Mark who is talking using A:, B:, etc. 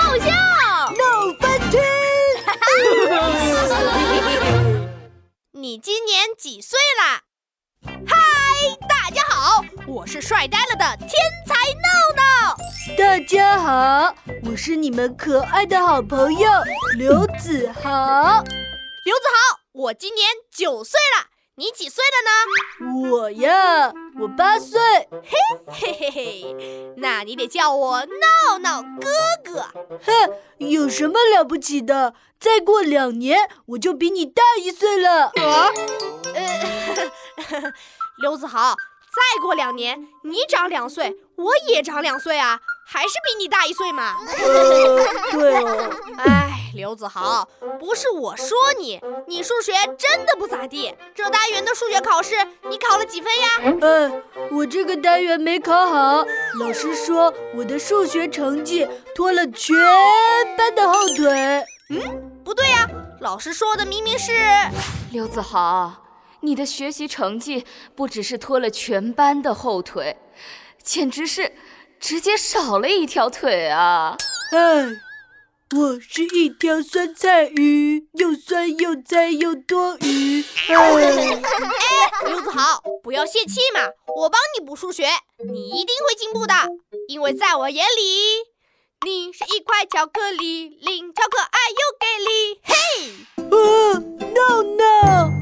A: 爆笑
B: 闹翻天！
A: 你今年几岁啦？嗨，大家好，我是帅呆了的天才闹闹。
B: 大家好，我是你们可爱的好朋友刘子豪。
A: 刘子豪，我今年九岁了，你几岁了呢？
B: 我呀，我八岁，
A: 嘿嘿嘿，那你得叫我闹闹哥哥。
B: 哼，有什么了不起的？再过两年我就比你大一岁了。
A: 呃，刘子豪，再过两年你长两岁，我也长两岁啊，还是比你大一岁嘛。
B: 呃，对哦，
A: 哎，刘子豪，不是我说你，你数学真的不咋地。浙大园的数学考试，你考了几分呀？
B: 哎，我这个单元没考好，老师说我的数学成绩拖了全班的后腿。
A: 不对呀、老师说的明明是……
C: 刘子豪，你的学习成绩不只是拖了全班的后腿，简直是直接少了一条腿啊！
B: 哎，我是一条酸菜鱼，又酸又菜又多余。哎，
A: 刘子豪，不要泄气嘛，我帮你补数学，你一定会进步的，因为在我眼里，你是一块巧克哎力，零超可爱又给力。嘿，
B: 啊，闹闹，